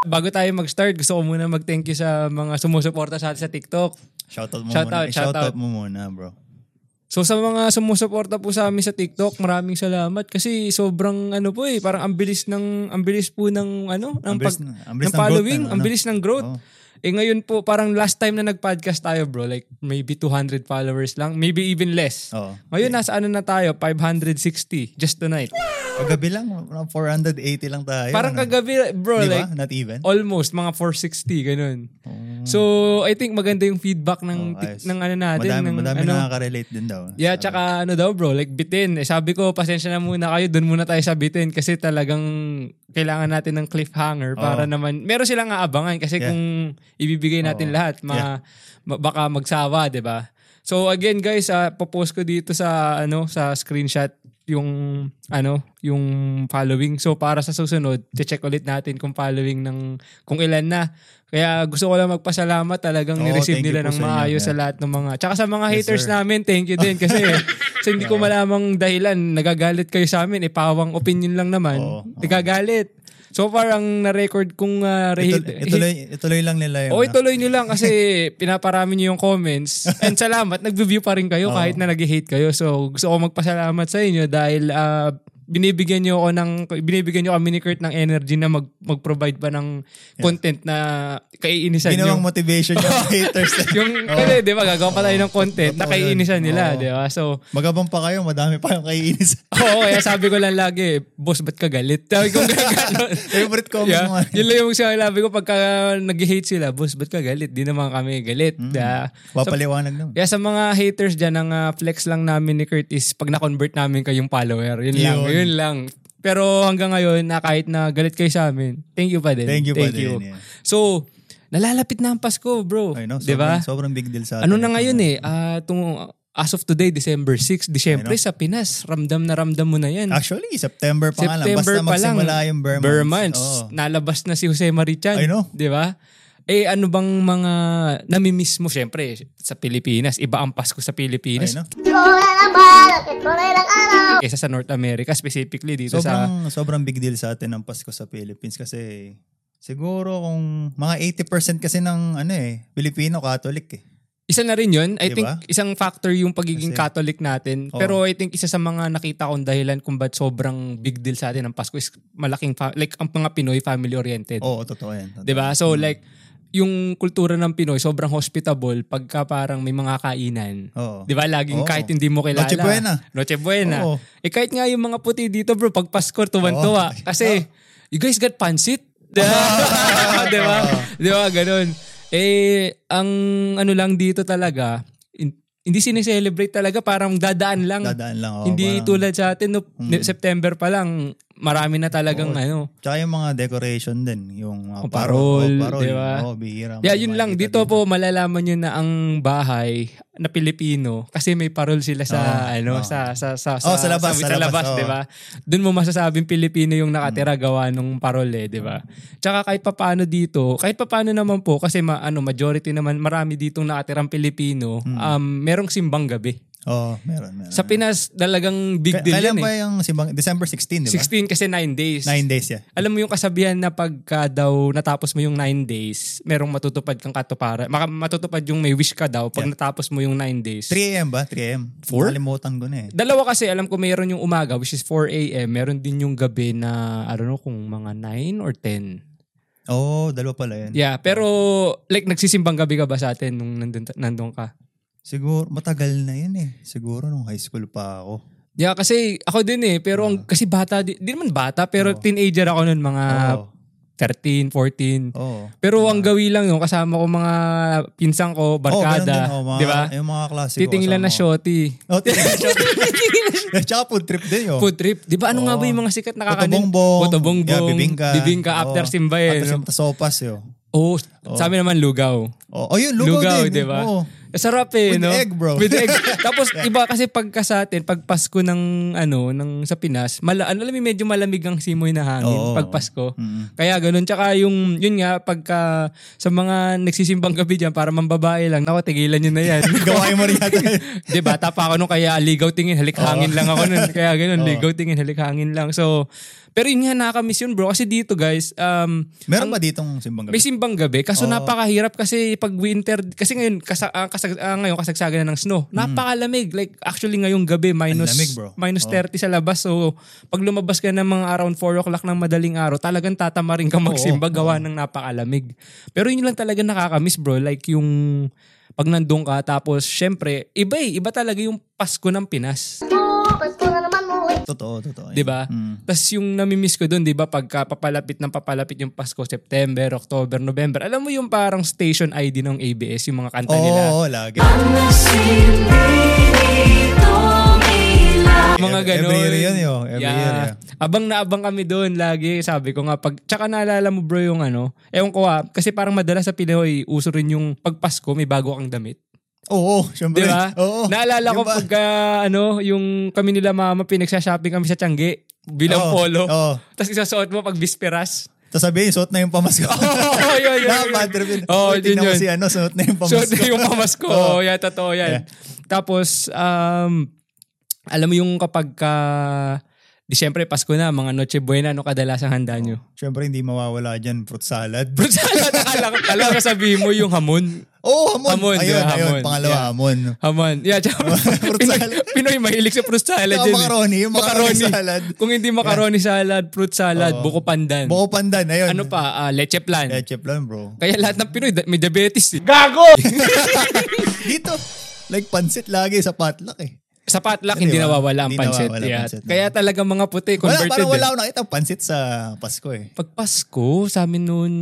Bago tayo mag-start, gusto ko muna mag-thank you sa mga sumusuporta sa atin sa TikTok. Shoutout mo Shoutout, muna. Eh, shoutout shoutout. mo muna, bro. So sa mga sumusuporta po sa amin sa TikTok, maraming salamat kasi sobrang ano po eh, parang ang bilis ng ang bilis po ng ano, ng Ang bilis pag- na- ang ng bilis ng growth following, ng ang ano. bilis ng growth. Oo. Eh ngayon po parang last time na nag-podcast tayo, bro, like maybe 200 followers lang, maybe even less. Oo. Ngayon nasa ano na tayo, 560 just tonight. Kagabi lang, mga 480 lang tayo. Parang ano? kagabi, bro, Di ba? like Not even. almost mga 460 ganun. Oo. So, I think maganda yung feedback ng Oo, tik- Oh, ayos. ng ano natin Madami, ng madami ano. nakaka-relate din daw. Yeah, tsaka ano daw bro, like bitin. Eh, sabi ko, pasensya na muna kayo, doon muna tayo sa bitin kasi talagang kailangan natin ng cliffhanger para Oo. naman, meron silang aabangan kasi Yeah. kung ibibigay natin Oo. lahat, ma, ma- baka magsawa, 'di ba? So again guys, ah, popost ko dito sa ano sa screenshot yung ano yung following. So para sa susunod, check ulit natin kung following ng kung ilan na. Kaya gusto ko lang magpasalamat talagang Oo, nireceive thank you nila po ng sa inyo. maayos Yeah. sa lahat ng mga tsaka sa mga Yes, haters sir. namin, thank you din kasi so hindi ko malamang dahilan nagagalit kayo sa amin, eh pawang opinion lang naman. Oo, oo. Nagagalit. So far ang na-record kong ah, Ito, hate- ituloy, ituloy lang nila yun. O ah. ituloy nyo lang kasi pinaparami nyo yung comments. And salamat, nagbe-view pa rin kayo kahit na nag-hate kayo. So gusto ko magpasalamat sa inyo dahil ah, binibigyan nyo ako ng binibigyan nyo kami ni Kurt ng energy na mag, mag-provide pa ng content na kaiinisan nyo. Ginawang motivation yung haters. yung kasi 'di ba gagawa pa tayo ng content na Totoo Oh. yun. kaiinisan nila, Oo. 'di ba? So Magabang pa kayo, madami pa yung kaiinis. Oo, kaya sabi ko lang lagi, boss, ba't ka galit? Sabi ko gano'n. Favorite comment mo. yeah, yun lang yung sinabi ko pagka nag-hate sila, boss, ba't ka galit? Di naman kami galit. Mm. Yeah. Papaliwanag naman. Kaya sa mga haters dyan, ang ah, flex lang namin ni Kurt is pag na-convert namin kayong follower. Yun, lang, Yun. yun lang. Pero hanggang ngayon, na kahit na galit kayo sa amin, thank you pa din. Thank you pa din, yeah. So, nalalapit na ang Pasko, bro. I know, Di ba? sobrang, sobrang big deal sa atin. Ano na ngayon eh, ah, tung, as of today, December 6, Disyembre sa Pinas, ramdam na ramdam mo na yan. Actually, September pa nga lang. September Basta pa lang, magsimula yung Burmans. Burr months, Oo. nalabas na si Jose Marichan. I know. Di ba? Eh ano bang mga namimiss mo? Siyempre, sa Pilipinas. Iba ang Pasko sa Ay, Pilipinas no? kaysa sa North America, specifically dito sa... Sobrang, sobrang big deal sa atin ang Pasko sa Philippines kasi siguro kung mga 80% kasi ng ano eh, Pilipino Catholic eh. Isa na rin yun. I Di think ba? isang factor yung pagiging Kasi- Catholic natin. Oo. Pero I think isa sa mga nakita kong dahilan kung ba't sobrang big deal sa atin ang Pasko is malaking... fa- like ang mga Pinoy family-oriented. Oo, totoo yan. Totoo. 'di ba? So like yung kultura ng Pinoy sobrang hospitable pagka parang may mga kainan. Oo. 'Di ba? Laging Oo. kahit hindi mo kilala. Noche buena. Noche buena. Oo. Eh kahit nga yung mga puti dito, bro, pag Pasko tuwan-tuwa Oo. kasi you guys got pancit. 'Di ba? 'Di ba? 'Di ba ganun? Eh ang ano lang dito talaga in- hindi sineselebrate talaga parang dadaan lang. Dadaan lang. oo, hindi parang- Mm. tulad sa atin no September pa lang marami na talagang ano Tsaka yung mga decoration din. Yung mga Ang parol, Oo, di ba? Oo, bihira. Yeah, mo yun lang. makita Dito po malalaman nyo na ang bahay na Pilipino kasi may parol sila sa Oo, ano oo. sa sa sa Ah, Oh, sa labas, sa labas, oh. Mm. oo. 'di ba? Doon mo masasabing Pilipino yung nakatira gawa nung parol eh, 'di ba? Tsaka kahit papaano dito, kahit papaano naman po kasi ma, ano majority naman marami ditong nakatirang Pilipino, Mm. um merong simbang gabi. Oo, meron, meron. Sa Pinas talagang big Ka- deal Ah. Kailan yan ba eh. yung simbang, December 16, di ba? 16 kasi 9 days. Nine days, yeah. Alam mo yung kasabihan na pagka daw natapos mo yung 9 days, merong matutupad kang katuparan. Maka- matutupad yung may wish ka daw pag natapos mo yung 9 days. 3 a.m. ba? 3 a.m. Four? Nakalimutan ko na eh. Dalawa kasi, alam ko meron yung umaga, which is 4 a.m. Meron din yung gabi na, I don't know, kung mga 9 or 10. Oo, oh, dalawa pala yun. Yeah, pero like nagsisimbang gabi ka ba sa atin nung nandun, nandun ka? Siguro, matagal na yun eh. Siguro nung high school pa ako. Yeah, kasi ako din eh. Pero Ah. ang, kasi bata, di, di naman bata, pero teenager ako nun, mga Oo. 13, 14. Oo. Pero ang gawi lang yung kasama ko mga pinsang ko, Oo, ganun barkada, din, oo, mga- di ba? Yung mga klase ko. Titingilan na kasama ko. shoti. Oh, titingilan na shot. Eh, Tsaka food trip din yun. Food trip. Di ba ano nga ba yung mga sikat na kakanin? Botobongbong. Botobongbong, Oh. Yeah, bibingka. Bibingka Oo. after simba eh. After simba, sopas yun. Oh, sa amin naman lugaw. Oh, oh yun, lugaw, Lugaw, din. di ba? Oo. Sarap eh, With no? egg, bro. With egg. Tapos iba kasi pagka sa atin, pag Pasko ng ano, ng sa Pinas, mala, ano, alam mo, medyo malamig ang simoy na hangin Oo. pag Pasko. Mm. Kaya ganun. Tsaka yung, yun nga, pagka sa mga nagsisimbang gabi dyan, para mambabae lang, nako, tigilan nyo na yan. Gawain mo rin yata. yun. Di bata pa ako nun, kaya ligaw tingin, halik hangin lang ako nun. Kaya ganun, ligaw tingin, halik hangin lang. So, Pero yun nga, nakakamiss yun bro. Kasi dito guys, um, Meron ba ditong simbang gabi? Ah. may simbang gabi. Kaso Oo. napakahirap kasi pag winter, kasi ngayon, kasa, ah, kasag, ah, ngayon kasagsagan na ng snow. Napakalamig. Like actually ngayong gabi, minus, Mm. lamig, bro. Ah. minus Oo. 30 sa labas. So pag lumabas ka ng mga around 4 o'clock ng madaling araw, talagang tatama rin ka magsimba Ah. gawa ng napakalamig. Pero yun lang talaga nakakamiss bro. Like yung pag nandun ka, tapos syempre, iba eh. Iba talaga yung Pasko ng Pinas. Pasko na naman mo eh. Totoo, totoo. Di ba? Mm. Tapos yung namimiss ko doon, di ba, pagka papalapit ng papalapit yung Pasko, September, October, November. Alam mo yung parang station ID ng ABS, yung mga kanta Oo, nila. oo, lagi. Mga Every- ganun. every year yun, yo. Every year, yeah. Abang na abang kami doon lagi. Sabi ko nga, pag, tsaka naalala mo bro yung ano, ewan ko ah, kasi parang madalas sa Pinoy, uso rin yung pagpasko, may bago kang damit. Oo, Di syempre. ba? Oo. Naalala ko Yung ba- pagka, ano, yung kami nila mama, pinagsa-shopping kami sa Tiangge, bilang Oo, polo. Oo. Tapos isasuot mo pag bisperas. Tapos sabihin, suot na yung pamasko. Oo, yun, yun, yun. Nakabad trip yun. Oo, Oh, yun, Tingnan mo yun. si ano, suot na yung pamasko. So, ito yung pamasko. Oo. Oh, yeah, totoo yan. Yeah. Tapos, um, alam mo yung kapag ka, di syempre, Pasko na, mga Noche Buena, ano kadalasang handa nyo? Syempre, hindi mawawala dyan. Fruit salad. Bro, sana nakala, talaga sabihin mo yung hamon. Oo, oh, hamon. Hamon, di ayun, ba? ayun. Hamon. Pangalawa, Yeah. hamon. Hamon. Yeah, tsaka, Fruit Pinoy, salad. Pinoy mahilig sa fruit salad. Tsaka yun eh. macaroni, yung macaroni salad. Kung hindi macaroni salad, fruit salad, Oo. buko pandan. Buko pandan, ayun. ano pa? ah, leche plan. Leche plan, bro. Kaya lahat ng Pinoy da- may diabetes. Eh. Dito, like pansit lagi sa potluck eh. Sa potluck, hindi Di ba? nawawala ang Hindi pancit. nawawala ang Yeah. pancit. Kaya talaga mga puti, Wala, converted. parang eh. wala akong nakita pansit sa Pasko eh. Pag Pasko, sa amin noon,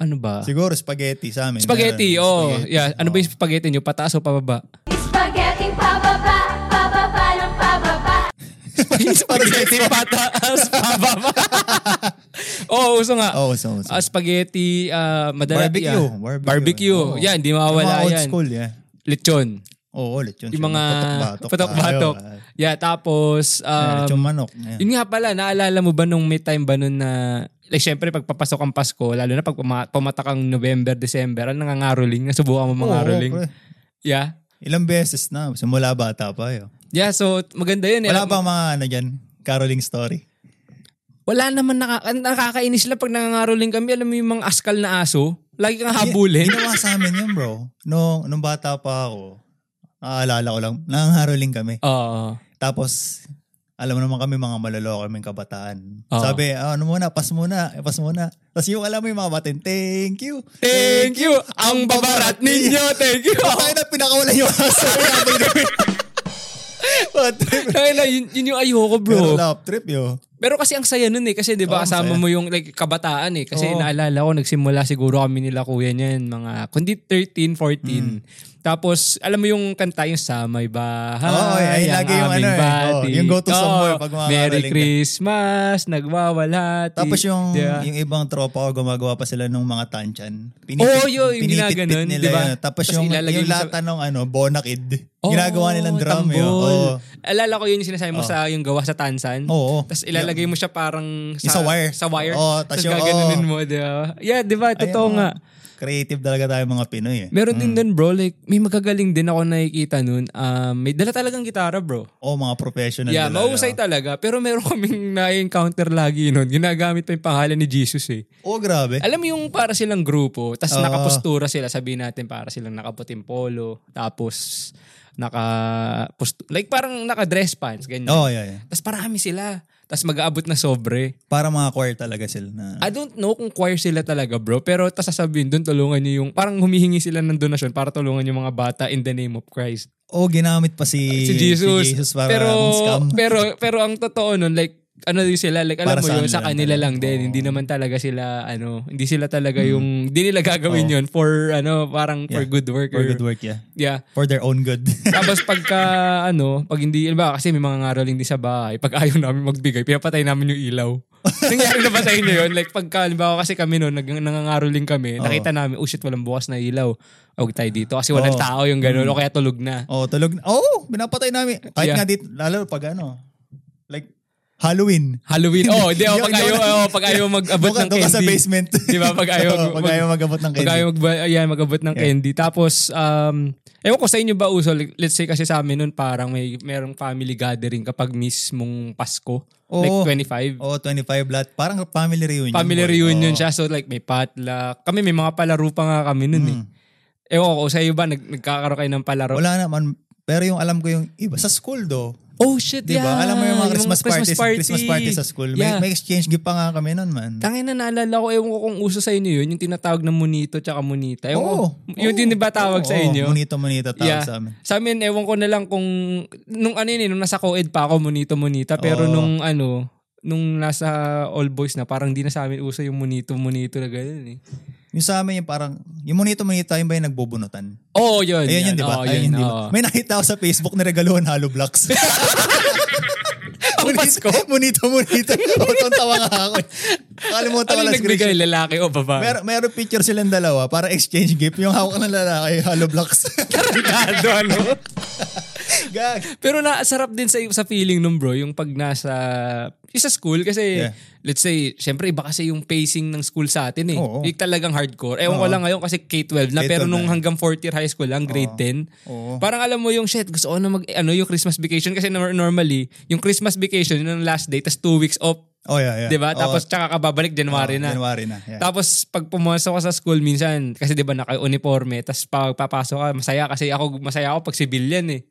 ano ba? Siguro spaghetti sa amin. Spaghetti, Meron, oh. spaghetti. Yeah, ano ba Oo. yung spaghetti nyo? Pataas o pababa? Spaghetti pababa, pababa ng pababa. spaghetti, pataas, pababa. Oo, oh, uso nga. Oo, so, so. Ah, spaghetti, ah, madala. Barbecue, yeah. barbecue. Barbecue. Oo. Yan, hindi mawawala Yung mga old yan. school, yeah. Lechon. Oo, lechon. Yung mga patok-batok. patok-batok. tayo, ah. Yeah, tapos, Eh, um, lechon manok. Yeah. Yun nga pala, naalala mo ba nung may time ba nun na, like syempre pag papasok ang Pasko, lalo na pag puma- pumatak ang November, December, ano nangangaroling? Nasubukan mo Oo, mangaroling? pre. yeah. Ilang beses na, simula bata pa. Yo. Yeah, so maganda yun. eh. Wala bang mga ano dyan, caroling story? Wala naman, naka, ang nakakainis lang pag nangangaroling kami. Alam mo yung mga askal na aso, lagi kang habulin. Ginawa sa amin yun, bro. Nung, nung bata pa ako, naaalala ko lang, nangaroling kami. Oo. Tapos, alam mo naman kami mga maloloko kaming kabataan. Oo. Sabi, "Ah, ano muna, pas muna, eh, pas muna. Tapos yung alam mo yung mga batin, thank you. Thank you! Ang babarat ninyo! Thank you! Tayo na pinakawalan yung aso. Sabi namin. What the- Tayo na, yun, yun yung ayoko bro. Pero love trip yo. Pero kasi ang saya nun eh. Kasi di ba Oo, kasama masaya. mo yung like, kabataan eh. Kasi Oo. naalala ko, nagsimula siguro kami nila kuya niyan. Mga, kundi 13, 14. Mm. Tapos, alam mo yung kanta yung sa may bahay. Oo, ang ay, lagi yung aming ano eh. Oo, bati. yung go-to song mo eh, Oo, pag mga Merry karaling ka. Christmas, nagwawalhati. Tapos yung Di ba? yung ibang tropa ko gumagawa pa sila ng mga tansyan. Oo, yun, yung ginaganon, nila di ba? yun. Tapos Tapos yung, ilalagay yung mo sa- lata ng ano, bonakid. Oo, ginagawa nilang drum tambol. yun. Oo. Alala ko yun yung sinasabi mo sa yung gawa sa tansan. Oo. Tapos ilalagay mo siya parang Yung sa wire. Sa wire. Oo, tapos tas yung- gaganunin mo, di ba? Yeah, di ba? Totoo Ayun, nga. oo. Creative talaga tayo mga Pinoy eh. Meron din dun bro, like may magagaling din ako nakikita nun. Um, may dala talagang gitara bro. Oo, mga professional. Yeah, talaga. mahusay talaga. Pero meron kaming na-encounter lagi nun. Ginagamit pa yung pangalan ni Jesus eh. Oo, grabe. Alam mo yung para silang grupo, tapos Oo. nakapostura sila, sabihin natin para silang nakaputing polo, tapos naka like parang naka-dress pants, ganyan. Oo, oh, yeah, yeah. Tapos parami sila. Tapos mag-aabot na sobre. Para mga choir talaga sila na. I don't know kung choir sila talaga bro, pero tas sasabihin doon tulungan niyo yung, parang humihingi sila ng donasyon para tulungan yung mga bata in the name of Christ. Oo, ginamit pa si, si Jesus. si Jesus para pero, akong scam. pero, pero ang totoo nun, like, ano din sila, like, alam Para mo sa yun, kanila sa lang kanila talaga. lang din. Oo. Hmm. Hindi naman talaga sila, ano, hindi sila talaga yung, hindi nila gagawin Oo. yun for, ano, parang for Yeah. good work. For or- good work, yeah. Yeah. For their own good. Tapos pagka, ano, pag hindi, ba, kasi may mga ngaraling din sa bahay, pag ayaw namin magbigay, pinapatay namin yung ilaw. Nangyari na ba sa inyo yun? Like pagka, halimbawa kasi kami noon, nag, nangangaroling kami, Oo. nakita namin, oh shit, walang bukas na ilaw. Ah, Huwag tayo dito kasi walang Oo. tao yung gano'n, o kaya tulog na. oh, tulog. Oh, binapatay namin. Kahit Yeah. nga dito, lalo pag ano, like, Halloween. Halloween. Oh, di, oh, Hindi pag ako- ayaw, oh, pag ayaw mag-abot Doon ka- ng doon ka sa candy. basement. Di ba? Pag ayaw- Oo, pag mag- ayaw mag-abot Pag ng candy. ayaw mag, ayan, mag-abot ng Yeah. candy. Tapos, um, Ewan ko sa inyo ba uso, Like, let's say kasi sa amin nun parang may merong family gathering kapag mismong Pasko. Oo. Like 25. Oo, 25 lahat. Parang family reunion. Family boy. reunion Oo. siya. So like may potluck. Kami may mga palaro pa nga kami nun eh. Ewan ko, sa iyo ba nag- nagkakaroon kayo ng palaro? Hmm. Wala naman. Pero yung alam ko yung iba sa school do. Oh shit, Di yeah. ba? Diba? Alam mo yung mga Yung Christmas, parties, Christmas parties sa school. May, Yeah. may exchange gift pa nga kami nun man. Tangin na naalala ko, ewan ko kung uso sa inyo yun, yung tinatawag na monito tsaka monita. Ewan ko, Oo. yun din ba tawag sa Oo, inyo? Monito-monito tawag Yeah. sa amin. Sa amin, ewan ko na lang kung, nung ano yun, eh, nung nasa co-ed pa ako, monito-monita. Pero Oo. nung ano, nung nasa all boys na, parang di na sa amin uso yung monito-monito na gano'n eh. Yung sa amin yung parang, yung monito-monito yun ba yung nagbubunutan? Oo, oh, yun. Ayun yun, di ba? Oo, Ayun yun, di oo. ba? May nakita ako sa Facebook na regaluhan hollow blocks. Ang Oh, Pasko? Monito, monito. Oo, tong tawa Oh, nga ako. Kalimutan ko Ano lang nagbigay, screenshot. lalaki o babae? Mer meron picture silang dalawa para exchange gift. Yung hawak ng lalaki, hollow blocks. Tarantado, ano? Gag. Pero nasarap din sa sa feeling nung bro, yung pag nasa yung sa school kasi Yeah. let's say, syempre iba kasi yung pacing ng school sa atin eh. Oo. Yung talagang hardcore. Ewan ko lang ngayon kasi K-12 na K-12 pero nung na. hanggang 4th year high school lang, grade 10. Oo. Parang alam mo yung shit, gusto ko na mag ano yung Christmas vacation kasi nor- normally yung Christmas vacation yun ang last day tas two weeks off. Oh, yeah, yeah. 'Di ba? Oo, Tapos tsaka ka babalik January oo, na. January na. yeah. Tapos pag pumasok ka sa school minsan, kasi 'di ba naka-uniforme, tapos pag papasok ka, masaya kasi ako masaya ako pag civilian eh.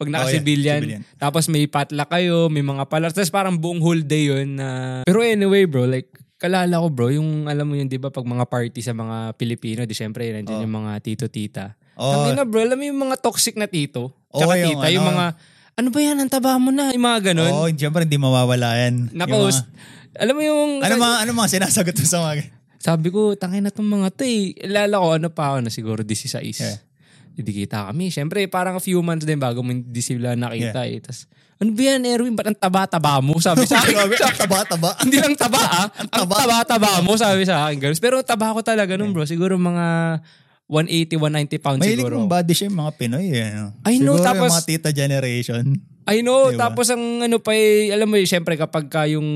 Pag naka-civilian, Oh, civilian. tapos may patla kayo, may mga palar. Tapos parang buong whole day yun na... Pero anyway bro, like, kalala ko bro, yung alam mo yun, di ba, pag mga party sa mga Pilipino, di syempre, nandiyan yung mga tito-tita. Oh. Tangina bro, alam mo yung mga toxic na tito, Oo, tsaka yung tita, yung, ano. mga, ano ba yan, ang taba mo na, yung mga ganun. Oo, oh, siyempre hindi mawawala yan. Nako, Yung mga- alam mo yung... ano mga, ano mga sinasagot mo sa mga... Sabi ko, tangin na tong mga to eh. Lala ko, ano pa ako na siguro 16. Yeah. Hindi kita kami. Siyempre, parang a few months din bago mo hindi sila nakita eh. Tas, ano ba yan, Erwin? Ba't ang taba-taba mo? Sabi sa akin. Grabe, Sa- taba, taba. hindi lang taba ah. ang taba-taba mo, sabi sa akin. Ganun. Pero taba ko talaga nun bro. Siguro mga 180, 190 pounds Mahilig siguro. mong body shame mga Pinoy eh. No? I know, Siguro tapos- yung mga tita generation. I know, Diba? tapos ang ano pa eh, alam mo eh, syempre kapag ka yung,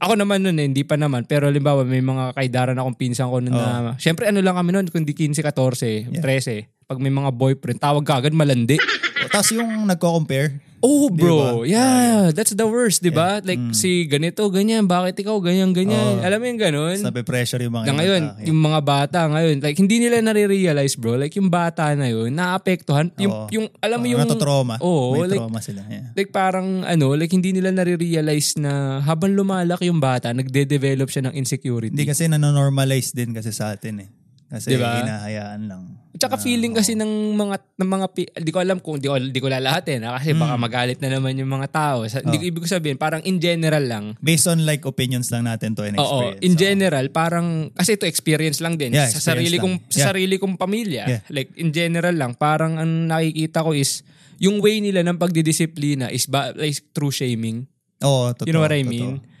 ako naman nun eh, hindi pa naman, pero halimbawa may mga kaidaran akong pinsan ko nun Oh. na, syempre ano lang kami nun, kundi 15, 14, 13, pag may mga boyfriend, tawag ka agad malandi. tapos yung nagko-compare. oh bro, yeah, that's the worst, di ba? Like Mm. si ganito, ganyan, bakit ikaw, ganyan, ganyan. Alam mo yung ganun? Tapos nape-pressure Oh. yung mga Na ngayon, bata. yung mga bata ngayon, like hindi nila nare-realize bro, like yung bata na yun, naapektuhan, yung, Oo. yung alam mo Oo, yung... Oh. Ah, natotrauma. Oo, May like, trauma sila. Yeah. like parang ano, like hindi nila nare-realize na habang lumalak yung bata, nagde-develop siya ng Hindi insecurity. kasi nanonormalize din kasi sa atin eh. Kasi Diba? hinahayaan lang. Ah, Tsaka feeling kasi ng mga ng mga pi- di ko alam kung di ko, di ko lalahatin ah, kasi Mm. baka magalit na naman yung mga tao. Sa, Hindi ko ibig ko sabihin parang in general lang. Based on like opinions lang natin to and Oo, experience. in general parang kasi ito experience lang din Yeah, sa experience sarili lang. kong sa Yeah. sarili kong pamilya. Yeah. Like in general lang parang ang nakikita ko is yung way nila ng pagdidisiplina is ba, like, through shaming. Oo, totoo. you know what I totoo. mean?